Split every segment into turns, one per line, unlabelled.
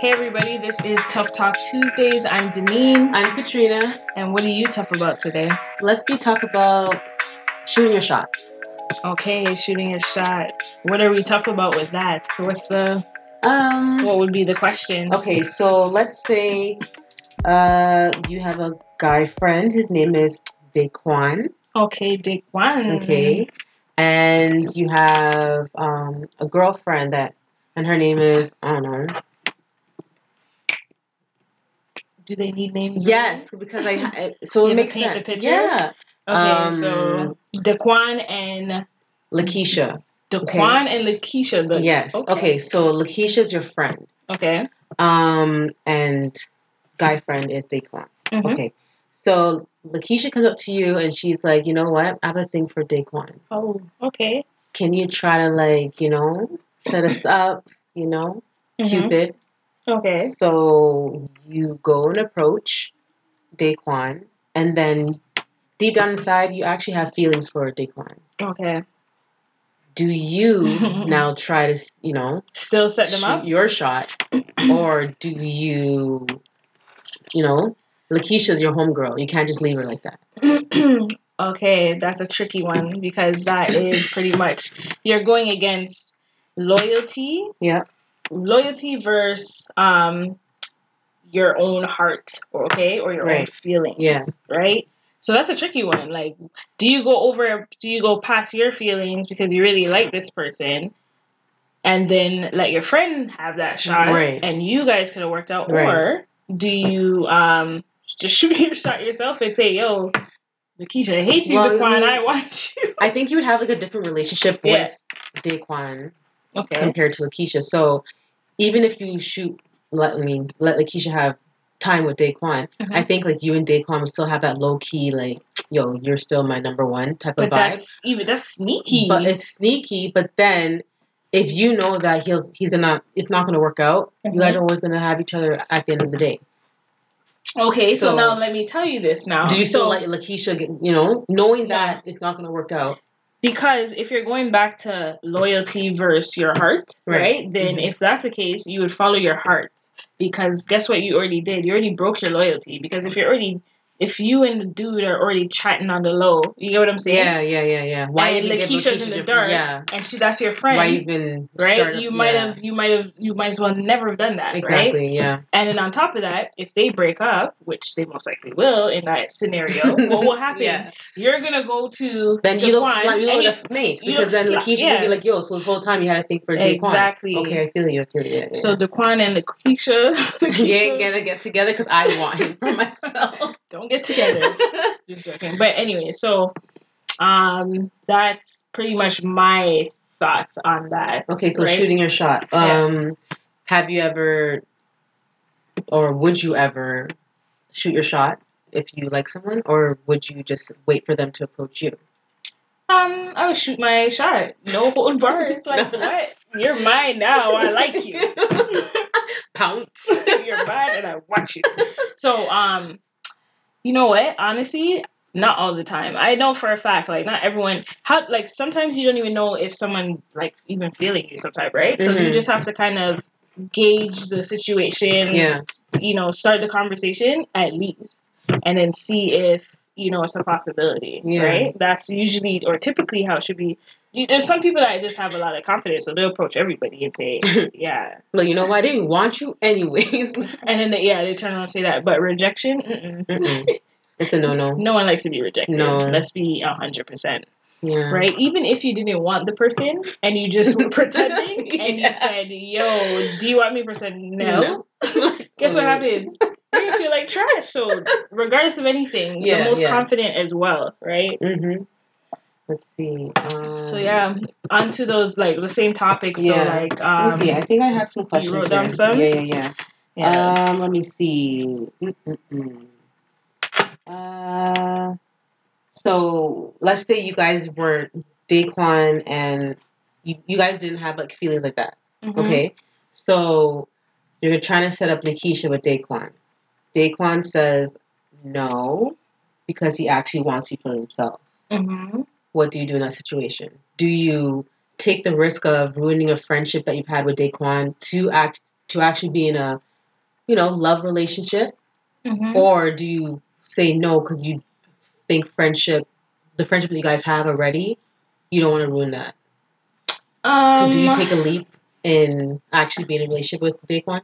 Hey everybody, this is Tough Talk Tuesdays. I'm Deneen.
I'm Katrina.
And what are you tough about today?
Let's be tough about shooting your shot.
Okay, shooting a shot. What are we tough about with that? What's the
Um.
what would be the question?
Okay, so let's say uh, you have a guy friend. His name is Daquan.
Okay, Dick one.
Okay, and you have um, a girlfriend that, and her name is I don't know.
Do they need names?
Yes, because I. I-
You
So
have
it
to
makes
paint the
sense.
picture?
Yeah,
Okay,
Um,
so Daquan and
Lakeisha.
Daquan and Lakeisha. the-
yes. Okay. so Lakeisha's your friend.
Okay.
Um, and guy friend is Daquan.
Mhm.
Okay. So Lakeisha comes up to you and she's like, you know what? I have a thing for Daquan.
Oh, okay.
Can you try to like, you know, set us up, you know,
Mhm.
Cupid?
Okay.
So you go and approach Daquan and then deep down inside you actually have feelings for Daquan.
Okay.
Do you now try to, you know,
Still set them
shoot
up?
your shot or do you, you know, Lakeisha's your homegirl. You can't just leave her like that.
okay, that's a tricky one because that is pretty much you're going against loyalty,
Yeah.
loyalty versus um your own heart, or okay, or your own
Right.
feelings,
Yeah.
right? So that's a tricky one. Like, do you go over? Do you go past your feelings because you really like this person, and then let your friend have that shot,
Mm, Right.
and you guys could have worked out,
Right.
or do you um just shoot your shot yourself and say, "Yo, Lakeisha, I hate you,
Well, I
Daquan. I,
mean-
want you."
I think you would have like a different relationship
Yeah.
with Daquan
Okay.
compared to Lakeisha. So even if you shoot, let I mean, let Lakeisha have time with Daquan,
Mhm.
I think like you and Daquan will still have that low key like, yo, you're still my number one type
But
of vibe.
that's even that's sneaky.
But it's sneaky. But then if you know that he'll he's gonna it's not gonna work out,
Mhm.
you guys are always gonna have each other at the end of the day.
Okay, so,
So-
now let me tell you this now.
Do you still
so,
let Lakeisha? Get, you know, knowing
Yeah.
that it's not gonna work out.
because if you're going back to loyalty versus your heart, right?
Right.
then
Mhm.
if that's the case, you would follow your heart because guess what? You already did. You already broke your loyalty because if you're already if you and the dude are already chatting on the low, you get what I'm saying?
Yeah, yeah, yeah, yeah. Why
And
even give
Lakeisha's in the
your-
dark.
Yeah.
And she that's your friend.
Why even
Right,
start-
you might
yeah.
have, you might have, you might as well never have done that, right?
exactly yeah
And then on top of that, if they break up, which they most likely will in that scenario, what will happen?
Yeah.
You're gonna go to
then you look
Daquan
sli- you
and
look like
you-
a snake
you
because
look
then
sli-
Lakeisha
yeah.
would be like yo so this whole time you had a thing for Daquan
Exactly.
okay I feel you I feel you yeah, yeah.
So Daquan and Lakeisha,
you
Lakeisha
ain't gonna get together because I want him for myself
don't get together. Just joking. But anyway, so um, that's pretty much my thoughts on that.
okay so
Right.
shooting your shot
Yeah.
um have you ever or would you ever shoot your shot if you like someone or would you just wait for them to approach you
Um, I would shoot my shot. No hold bars. Like what? You're mine now. Oh, I like you.
pounce
You're mine, and I want you. So um, you know what? Honestly, not all the time. I know for a fact, like not everyone. How like sometimes you don't even know if someone like even feeling you sometime, right? So you
Mhm.
just have to kind of gauge the situation.
yeah
You know, start the conversation at least, and then see if you know it's a possibility,
Yeah.
right? That's usually or typically how it should be. You, there's some people that just have a lot of confidence, so they'll approach everybody and say, "Yeah,
look you know why they didn't want you anyways
and then, they, yeah, they turn around and say that. But rejection, mm-mm.
Mm-mm. It's a no no.
no one likes to be rejected.
No.
Let's be 100%.
Yeah.
Right? Even if you didn't want the person and you just were pretending and you
Yeah.
said, yo, do you want me to person? No. Guess what
Mm.
happens? You're going to feel like trash. So, regardless of anything,
Yeah,
you're most
yeah.
confident as well, right?
Mm-hmm. Let's see. Um,
So, yeah, onto those, like, the same topics.
Yeah.
So, like,
let me see.
um,
I think I have some questions.
wrote down
here.
some?
Yeah, yeah,
yeah.
yeah. Um, let me see. Mm-mm-mm. Uh, so let's say you guys weren't Daquan and you, you guys didn't have like feelings like that.
Mhm.
Okay. So you're trying to set up Nikisha with Daquan. Daquan says no because he actually wants you for himself.
Mhm.
What do you do in that situation? Do you take the risk of ruining a friendship that you've had with Daquan to act to actually be in a you know, love relationship?
Mhm.
Or do you say no because you think friendship, the friendship that you guys have already, you don't want to ruin that? So
Um,
do you take a leap in actually being in a relationship with Daquan?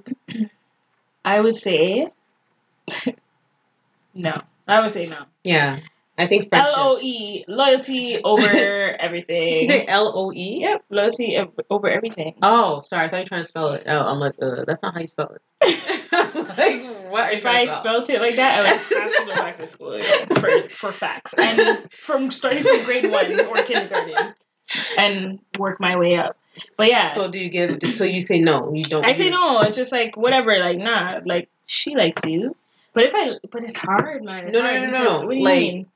I would say no. I would say no.
Yeah. I think friendship.
L O E loyalty over everything.
you say L O E?
Yep, loyalty ev- over everything.
Oh, sorry. I thought you were trying to spell it. Oh, I'm like, uh, that's not how you spell it. I'm like, what? are
If
you
I
trying to
spelt it like that, I would have to go back to school again for, for facts. And from starting from grade one or kindergarten and work my way up. But yeah.
So do you give? So you say no? You don't.
I say
do-
no, it's just like whatever, like nah, like she likes you. But if I but it's hard, man. It's
No, no,
hard
no, no,
because-
no.
What do you
Like,
mean?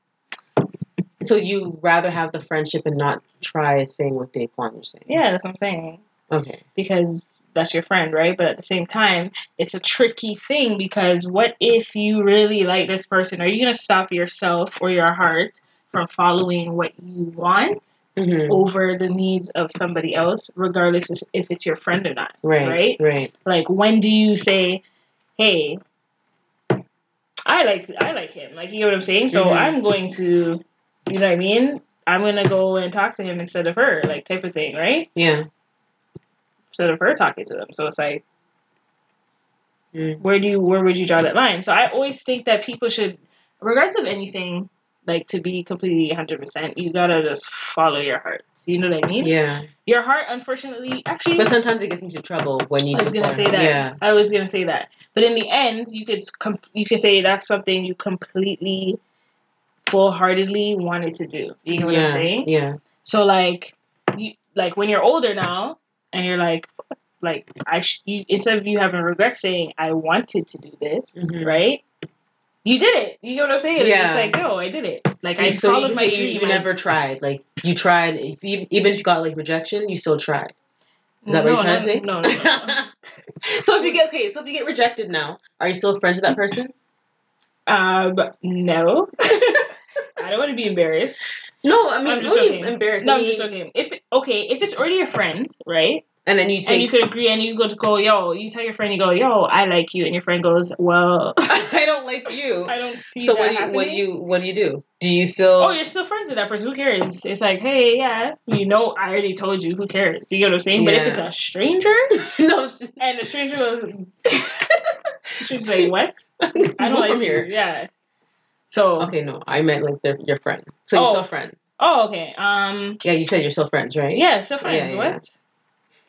So you rather have the friendship and not try a thing with Daquan? You're saying?
Yeah, that's what I'm saying.
Okay.
because that's your friend, right? But at the same time, it's a tricky thing because what if you really like this person? Are you going to stop yourself or your heart from following what you want
hmm
over the needs of somebody else, regardless as- if it's your friend or not?
Right. Right.
right? Like, when do you say, hey, I like I like him. Like you know what I'm saying? So
Mhm.
I'm going to you know what I mean? I'm gonna go and talk to him instead of her, like type of thing, right?
Yeah.
Instead of her talking to him. So it's like
Mm.
where do you where would you draw that line so i always think that people should regardless of anything like to be completely 100% you gotta just follow your heart you know what i mean
Yeah.
your heart unfortunately actually
But sometimes it gets into trouble when you.
i was gonna
perform.
say that
Yeah.
i was gonna say that but in the end you could com- you could say that's something you completely full-heartedly wanted to do you know what
yeah.
i'm saying
Yeah.
so like, you like when you're older now, and you're like, like I sh- you, instead of you having regrets saying I wanted to do this,
Mhm.
right? You did it. You know what I'm saying? It's
Yeah.
just like yo, I did it. Like I
so you
followed
can
my
say you,
dream.
you
I-
never tried. Like you tried, if you, even if you got like rejection, you still tried. Is that
no,
what you're trying to say?
no, no, no, no, no.
so if you get okay, so if you get rejected now, are you still friends with that person?
Um, no. I don't want to be embarrassed.
No, I mean,
I'm just
don't be
joking.
embarrassed.
No,
I
I'm
mean,
just joking. If okay, if it's already a friend, right?
And then you
And you
take.
could agree, and you go to go, yo. You tell your friend, you go, yo, I like you, and your friend goes, well,
I don't like you.
I don't see.
So
that
what do you
happening.
what do you what do you do? Do you still?
oh, you're still friends with that person. Who cares? It's like, hey, yeah, you know, I already told you. Who cares? You get what I'm saying? But if it's
Yeah.
a stranger
no, sh-
and the stranger goes, she's like, what? I don't
Move
like
from
you.
here.
Yeah. So
Okay, no, I meant like they're your friend. So you're
Oh.
still friends.
oh okay um
Yeah, you said you're still friends, right?
yeah still friends
Yeah, yeah.
what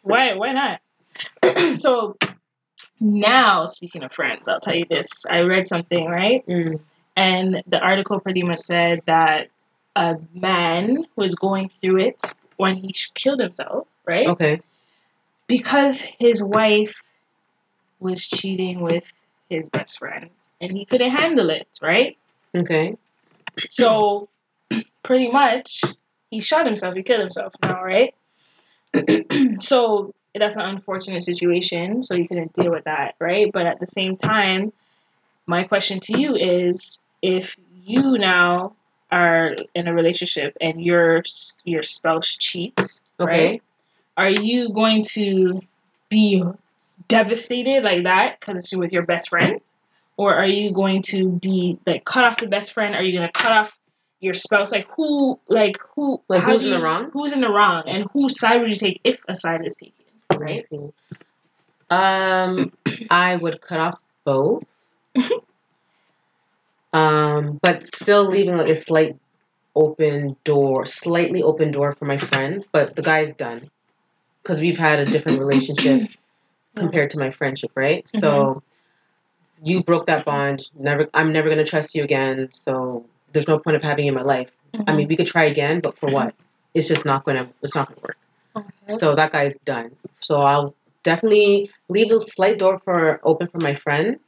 why why not so now speaking of friends I'll tell you this I read something right
Mm.
and the article pretty much said that a man was going through it when he sh- killed himself right
Okay.
because his wife was cheating with his best friend and he couldn't handle it, right?
Okay.
So pretty much he shot himself, he killed himself now, right? so that's an unfortunate situation, so you couldn't deal with that, right? But at the same time, my question to you is if you now are in a relationship and your your spouse cheats,
Okay.
right? are you going to be devastated like that because it's with your best friend or are you going to be like cut off the best friend are you going to cut off your spouse like who like who
Like,
how
whose
do
in the
you-
wrong?
who's in the wrong and whose side would you take if a side is taken right
Let me see. Um, I would cut off both. um, but still leaving like a slight open door, slightly open door for my friend. But the guy's done because we've had a different relationship compared to my friendship, right? So you broke that bond. Never, I'm never gonna trust you again. So there's no point of having you in my life. I mean, we could try again, but for what? It's just not gonna. It's not gonna work. So that guy's done. So I'll definitely leave a slight door for open for my friend,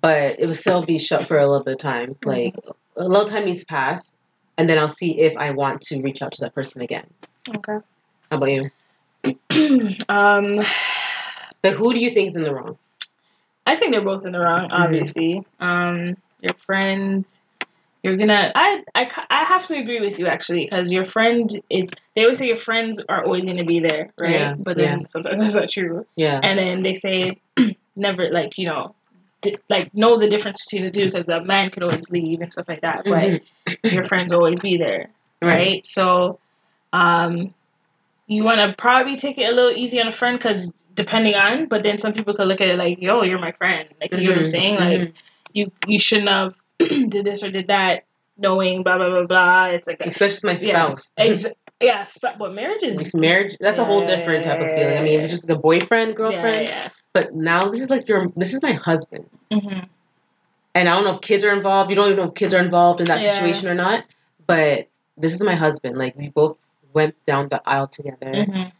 but it will still be shut for a little bit of time.
Mm-hmm.
Like a little time needs to pass, and then I'll see if I want to reach out to that person again.
okay
How about you?
okay um
Like, who do you think is in the wrong?
I think they're both in the wrong,
Mm-hmm.
obviously. Um, your friend, you're gonna. I, I, ca- I have to agree with you actually, because your friend is. They always say your friends are always gonna be there, right?
Yeah,
but then sometimes that's not true.
Yeah.
And then they say never, like you know, di- like know the difference between the two because a man could always leave and stuff like that,
Mhm.
but your friends will always be there, right?
Right.
So, um, you want to probably take it a little easy on a friend because depending on, but then some people could look at it like, yo, you're my friend, like you know what I'm
Mhm.
saying, like
Mhm.
you you shouldn't have did this or did that, knowing blah blah blah blah. It's like a,
especially it's my
Yeah.
spouse.
ex- yeah, sp- but marriage is
It's marriage. That's a whole
Yeah,
different type of
yeah,
feeling. I mean, if it's just like a boyfriend, girlfriend.
Yeah,
But now this is like your. This is my husband,
yeah. Mhm.
and I don't know if kids are involved. You don't even know if kids are involved in that
Yeah.
situation or not. But this is my husband. Like we both went down the aisle together,
Mhm.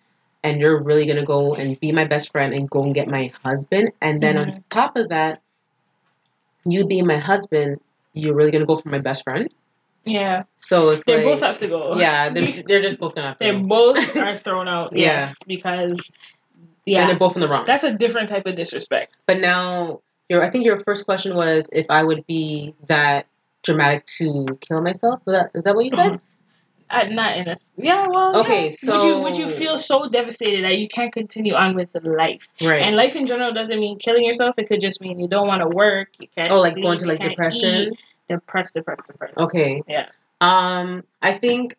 and you're really gonna go and be my best friend and go and get my husband. And then
Mm-hmm.
on top of that, you being my husband, you're really gonna go for my best friend.
Yeah,
So it's
they
like,
both have to go.
yeah, they're, they're just both gonna. have to
They
go.
both are thrown out.
Yeah.
Yes, because
and
yeah,
they're both in the wrong.
that's a different type of disrespect.
But now, your I think your first question was if I would be that dramatic to kill myself. Is that, is that what you said?
Uh, not in a s- yeah. Well,
Okay,
yeah. would you would you
so-
feel so devastated that you can't continue on with life?
Right.
And life in general doesn't mean killing yourself. It could just mean you don't want to work. You can't.
oh, like
sleep,
going to
you
like
can't
depression.
eat. Depressed, depressed, depressed.
Okay.
Yeah.
Um, I think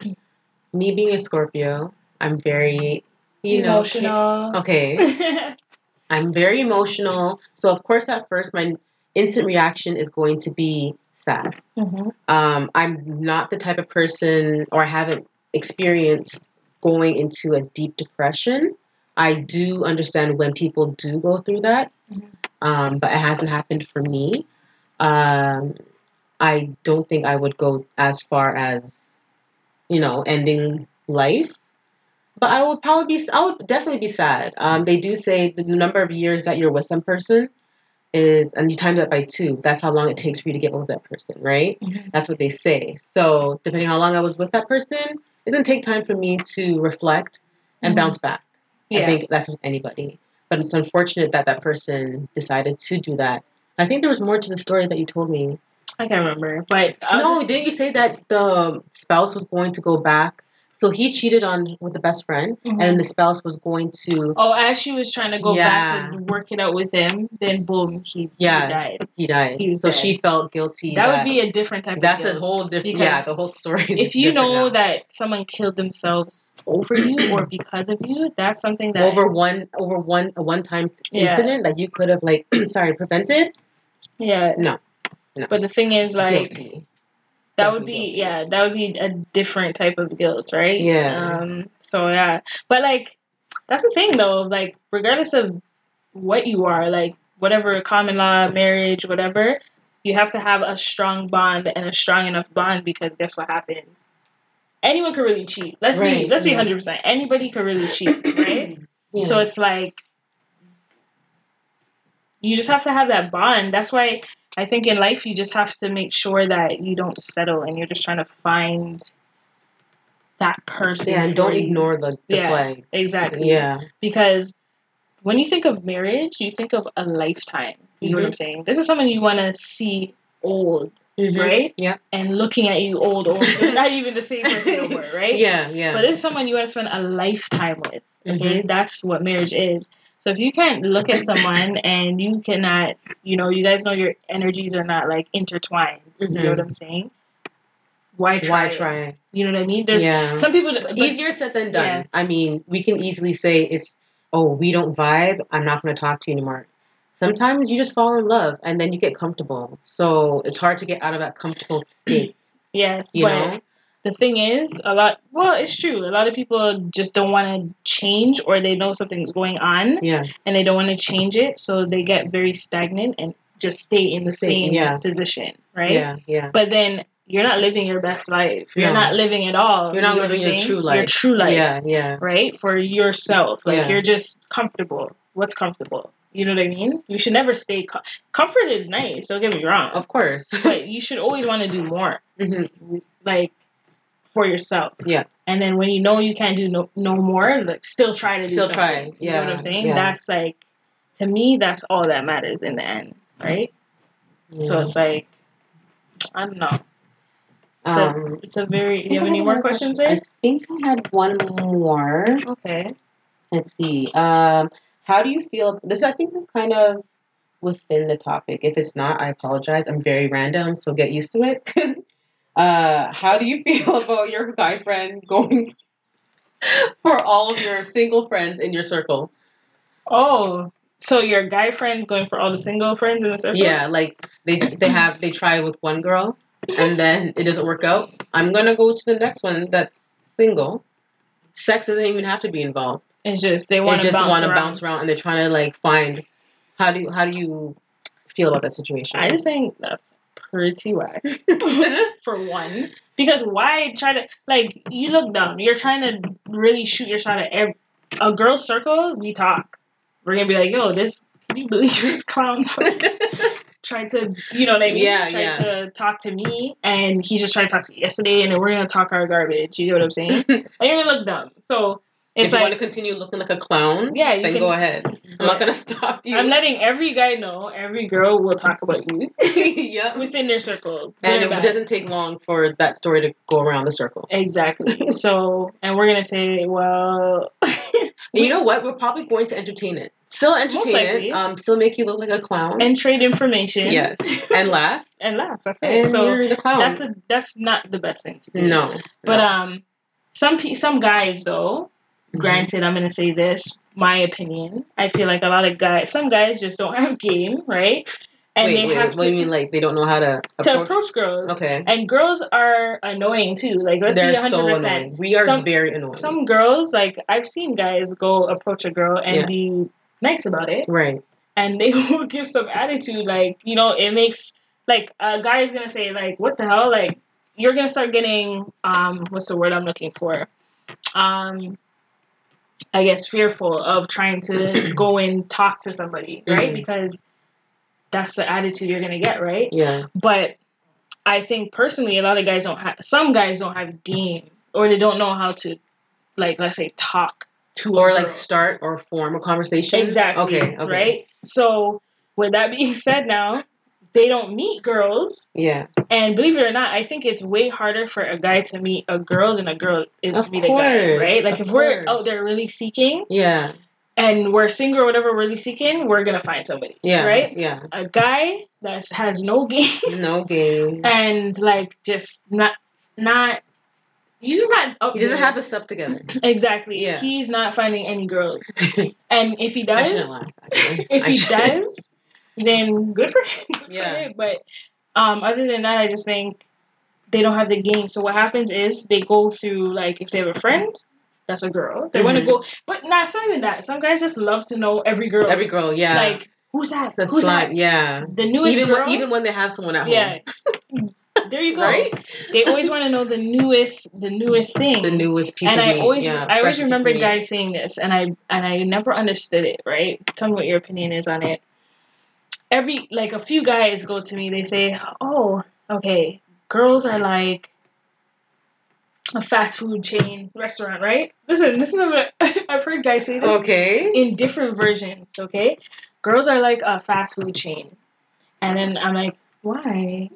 me being a Scorpio, I'm very, you know,
Emotional.
ca- okay, I'm very emotional. So of course, at first, my instant reaction is going to be sad.
Mhm.
um, I'm not the type of person, or I haven't experienced going into a deep depression. I do understand when people do go through that,
Mhm.
um, but it hasn't happened for me. Um, I don't think I would go as far as, you know, ending life. But I would probably be, I would definitely be sad. Um, they do say the number of years that you're with some person is, and you times that by two. That's how long it takes for you to get over that person, right?
Mhm.
That's what they say. So depending on how long I was with that person, it's gonna take time for me to reflect and
Mhm.
bounce back. I
Yeah.
think that's with anybody. But it's unfortunate that that person decided to do that. I think there was more to the story that you told me.
I can't remember, but I'll
no,
just-
didn't you say that the spouse was going to go back? So he cheated on with the best friend,
Mhm.
and the spouse was going to
Oh, as she was trying to go back
Yeah.
to work it out with him, then boom, he,
Yeah.
he died.
he died.
He was
so
dead.
she felt guilty.
That would be a different type
that's
of guilt.
a whole different.
because
Yeah, the whole story. Is
If you
different
know
now.
that someone killed themselves over you or because of you, that's something that
over one over one a one time
Yeah.
incident that you could have like sorry prevented
yeah.
No. No.
But the thing is like
guilty
that would be
Definitely guilty.
yeah that would be a different type of guilt right
Yeah.
um so yeah but like that's the thing though like regardless of what you are like whatever common law marriage whatever you have to have a strong bond and a strong enough bond because guess what happens anyone could really cheat let's
Right,
be let's
yeah.
be 100% anybody could really cheat right
Yeah.
so it's like you just have to have that bond. That's why I think in life you just have to make sure that you don't settle and you're just trying to find that person.
yeah and
for
don't
you.
ignore the, the
Yeah,
flags
exactly.
yeah
because when you think of marriage, you think of a lifetime. You know what I'm
Mm-hmm.
saying? This is someone you want to see old, right?
yeah
And looking at you old, old, You're not even the same person no more, right?
yeah yeah
But this is someone you want to spend a lifetime with. Okay,
Mhm.
that's what marriage is. So if you can't look at someone and you cannot, you know, you guys know your energies are not like intertwined. You
Mhm.
know what I'm saying? Why try?
why
it?
try
You know what I mean? There's
yeah
some people but,
easier said than done
Yeah.
i mean we can easily say it's oh we don't vibe i'm not going to talk to you anymore sometimes you just fall in love and then you get comfortable so it's hard to get out of that comfortable state
Yes,
you
but
know
the thing is, a lot. Well, it's true. A lot of people just don't want to change, or they know something's going on
yeah
and they don't want to change it, so they get very stagnant and just stay in the
Stay-
same
yeah.
position, right?
yeah yeah
but then you're not living your best life. You're
No.
not living at all.
You're not
You know what
living
I'm
your
saying?
true life.
Your true life,
Yeah, yeah.
right? For yourself. Like
Yeah.
you're just comfortable. What's comfortable? You know what I mean? You should never stay com- comfort is nice, don't get me wrong.
Of course.
but you should always want to do more.
Mhm.
Like for yourself.
Yeah.
And then when you know you can't do no, no more, like still try to do
Still
something.
try,
You know what
yeah,
I'm saying?
yeah.
That's like to me that's all that matters in the end, right? So
Yeah.
it's like I don't know. It's, a,
um,
it's a very.
I
Do you
think
have
I
any
had
more
another
questions
question.
there?
I think I had one more.
Okay.
Let's see. Um, how do you feel? This I think this is kind of within the topic. If it's not, I apologize. I'm very random, so get used to it. uh, how do you feel about your guy friend going for all of your single friends in your circle?
Oh, so your guy friend's going for all the single friends in the circle?
Yeah, like they they have they try with one girl and then it doesn't work out. I'm gonna go to the next one that's single. Sex doesn't even have to be involved.
It's just they
They
want to
just
bounce
want to
around.
bounce around and they're trying to like find how do you how do you feel about that situation?
I just think that's pretty whack for one. Because why try to like you look dumb? You're trying to really shoot your shot at every, a girl's circle. We talk. We're gonna be like, yo, this. Can you believe this clown tried to, you know what I mean?
Yeah,
tried
yeah.
to talk to me, and he just tried to talk to me yesterday, and then we're gonna talk our garbage. You know what I'm saying?
if you
And you're gonna look dumb. So it's
want to
like,
continue looking like a clown,
yeah, you
then
can.
go ahead. I'm not gonna stop you.
I'm letting every guy know, every girl will talk about you
yep.
within their circle.
And
They're
it
bad.
doesn't take long for that story to go around the circle.
Exactly. So, and we're gonna say, well,
And you know what? We're probably going to entertain it. Still entertain
likely.
it. Um, still make you look like a clown.
and trade information.
yes, and laugh.
and laugh. That's it.
And
so
you're the clown.
that's a that's not the best thing to do.
no,
But
no.
um, some pe- some guys though.
Mhm.
Granted, I'm gonna say this. My opinion. I feel like a lot of guys. Some guys just don't have game, right? And
wait,
they
wait,
have
what
to,
do you mean? Like they don't know how to approach?
to approach girls.
okay,
And girls are annoying too. Like let's
they're
be 100.
so
percent
annoying. We are
Some-
very annoying.
Some girls, like I've seen guys go approach a girl and
Yeah.
be nice about it,
right?
and they will give some attitude. Like you know, it makes like a guy is gonna say like, "What the hell?" Like you're gonna start getting um, what's the word I'm looking for? Um, I guess fearful of trying to go and talk to somebody, right?
Mhm.
Because that's the attitude you're gonna get, right?
Yeah,
But I think personally, a lot of guys don't have. Some guys don't have game, or they don't know how to, like, let's say, talk to a
or like
girl.
start or form a conversation.
exactly.
Okay. Okay.
Right. So with that being said, now they don't meet girls,
Yeah.
and believe it or not, I think it's way harder for a guy to meet a girl than a girl is
Of
to meet a guy.
course,
Right. Like
of
if we're
course.
out there really seeking,
Yeah.
and we're single or whatever, really seeking, we're gonna find somebody.
Yeah.
Right.
Yeah.
A guy that has no game
No game.
and like just not not he's just not up
He doesn't
there.
have his stuff together.
exactly
Yeah.
he's not finding any girls
I
and if he
shouldn't
does
laugh. Actually.
if
I
he
shouldn't.
does then good for him, good for
Yeah.
him. but um other than that i just think they don't have the game so what happens is they go through like if they have a friend that's a girl they want to
Mhm.
go but not not even that some guys just love to know every girl
Every girl, yeah.
like who's that
the
who's
slime, yeah.
that the newest
Even
girl
when, even when they have someone at
yeah
home,
there you go
right?
they always want to know the newest the newest thing
The newest piece
and
of
i
meat.
always
yeah,
i
fresh
always
piece of
remember
meat.
guys saying this and i and i never understood it right tell me what your opinion is on it every like a few guys go to me they say oh okay girls are like a fast food chain restaurant right listen this is what i've heard guys say this
Okay.
in different versions okay girls are like a fast food chain and then i'm like why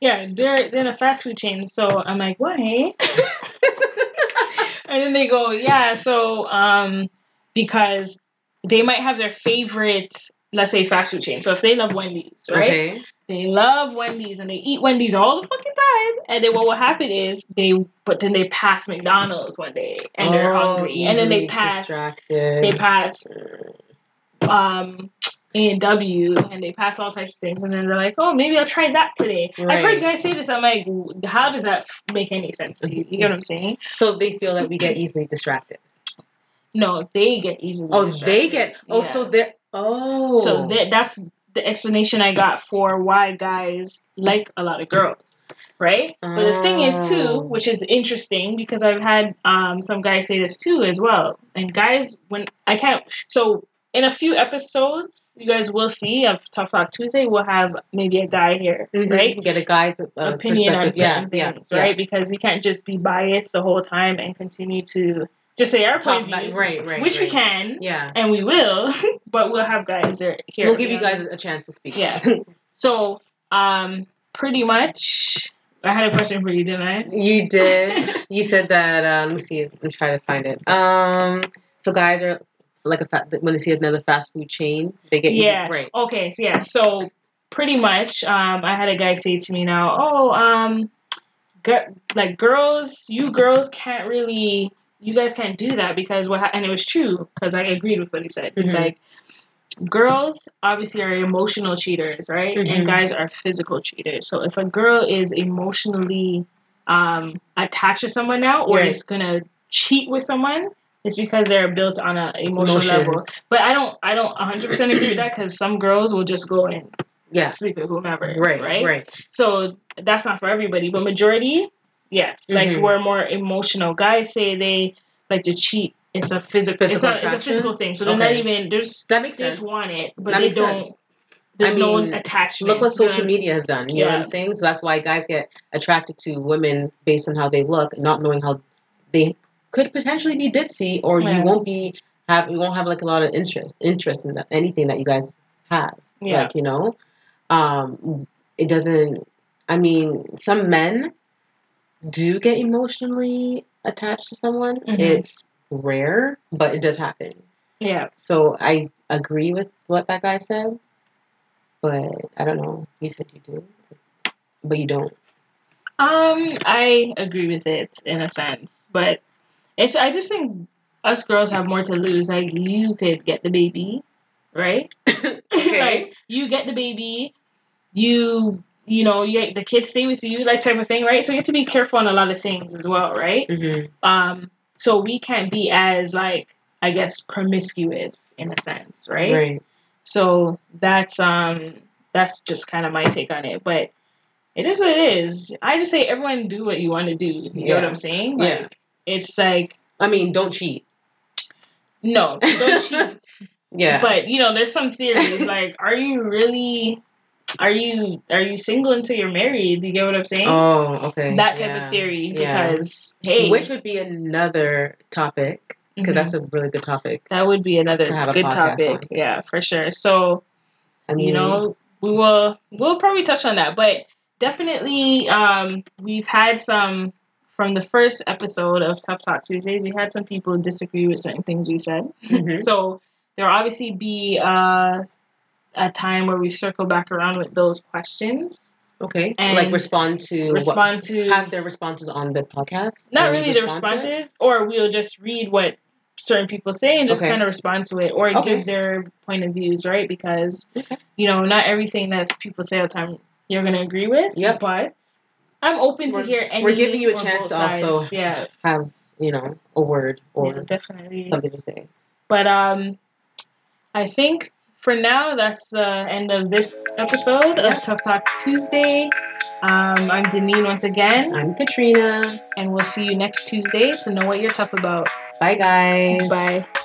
yeah, they're they're in a fast food chain. So I'm like, why? and then they go, yeah. So um, because they might have their favorite, let's say, fast food chain. So if they love Wendy's, right?
Okay.
They love Wendy's and they eat Wendy's all the fucking time. And then what will happen is they, but then they pass McDonald's one day and they're
Oh,
hungry, and then they
easily
pass,
Distracted.
they pass um A and W, and they pass all types of things, and then they're like, "Oh, maybe I'll try that today." I've heard
Right.
guys say this. I'm like, "W- "How does that f- make any sense to you?" You get what I'm saying?
So they feel like we get easily distracted.
No, they get easily.
Oh, they
distracted.
get. Oh,
Yeah.
so they're. Oh.
so that that's the explanation I got for why guys like a lot of girls, right? But the thing is too,
Oh.
which is interesting because I've had um, some guys say this too as well. And guys, when I can't, so in a few episodes, you guys will see of Tough Talk Tuesday, we'll have maybe a guy here,
Mhm.
right?
Get a guy's uh,
Opinion on
perspective. Yeah,
certain
yeah,
things,
yeah.
right? Because we can't just be biased the whole time and continue to just say our
Talk
point of
about,
views,
right, right.
which we
right.
can.
Yeah.
And we will, but we'll have guys there here.
We'll give you
Yeah.
guys a chance to speak.
Yeah. So, um, pretty much, I had a question for you, didn't I?
You did. you said that. Uh, let me see. Let me try to find it. Um. So guys are like a fa- when they see another fast food chain, they get
Yeah.
eaten right.
Okay, so yeah, so pretty much, um, I had a guy say to me now, oh, um, gir- like girls, you girls can't really, you guys can't do that because what, ha-, and it was true because I agreed with what he said. It's
Mhm.
like girls obviously are emotional cheaters, right?
Mhm.
And guys are physical cheaters. So if a girl is emotionally um, attached to someone now or
Right.
is gonna cheat with someone. It's because they're built on an emotional
Emotions.
level. But I don't, I don't 100 percent agree with that because some girls will just go and
Yeah.
sleep with whomever,
Right. Right.
So that's not for everybody, but majority, yes,
Mhm.
like we're more emotional. Guys say they like to cheat. It's a physical, it's,
Physical
not, it's a
attraction?
physical thing. So they're
Okay.
not even there's
That makes
they
sense.
just want it, but
that
they
makes
don't.
sense.
There's
I mean,
no attachment.
Look what
You know
social
I-
media has done. You know what
Yeah.
I'm saying? So that's why guys get attracted to women based on how they look, not knowing how they could potentially be ditzy, or
Yeah.
you won't be have you won't have like a lot of interest interest in that, anything that you guys have.
Yeah,
Like you know, um, it doesn't. I mean, some men do get emotionally attached to someone.
Mhm.
It's rare, but it does happen.
yeah.
So I agree with what that guy said, but I don't know. You said you do, but you don't.
Um, I agree with it in a sense, but it's. I just think us girls have more to lose. Like you could get the baby, right? like you get the baby, you you know you get, the kids stay with you, like type of thing, right? So you have to be careful on a lot of things as well, right?
hmm
Um, so we can't be as like I guess promiscuous in a sense, right?
Right.
So that's um that's just kind of my take on it, but it is what it is. I just say everyone do what you want to do. You know what
Yeah.
I'm saying?
Yeah.
Like, It's like
I mean, don't cheat.
no, don't cheat.
Yeah.
But you know, there's some theories like, are you really, are you are you single until you're married? You get what I'm saying?
oh, okay.
that type
Yeah.
of theory
Yeah.
because hey,
Which would be another topic because
mhm,
that's a really good topic.
that would be another
to have a
good
podcast
topic.
on.
Yeah, for sure. So
I mean,
you know, we will we'll probably touch on that, but definitely, um, we've had some from the first episode of Tough Talk Tuesdays. We had some people disagree with certain things we said.
mhm.
So there'll obviously be uh, a time where we circle back around with those questions,
okay,
and
like respond to
respond to
what, have their responses on the podcast.
not
and
really the
respond to it?
responses, or we'll just read what certain people say and just
Okay.
kind of respond to it, or
Okay.
give their point of views, right? Because
Okay.
you know not everything that people say all the time you're gonna agree with.
Yep.
But I'm open
We're-
to hear any.
we're giving you a
or
chance
both
to also-
sides. yeah,
Have you know a word
yeah,
or
definitely.
something to say?
But um, I think for now that's the end of this episode
Yeah.
of Tough Talk Tuesday. Um, I'm Deneen once again,
I'm Katrina.
and we'll see you next Tuesday to know what you're tough about.
Bye, guys.
Bye.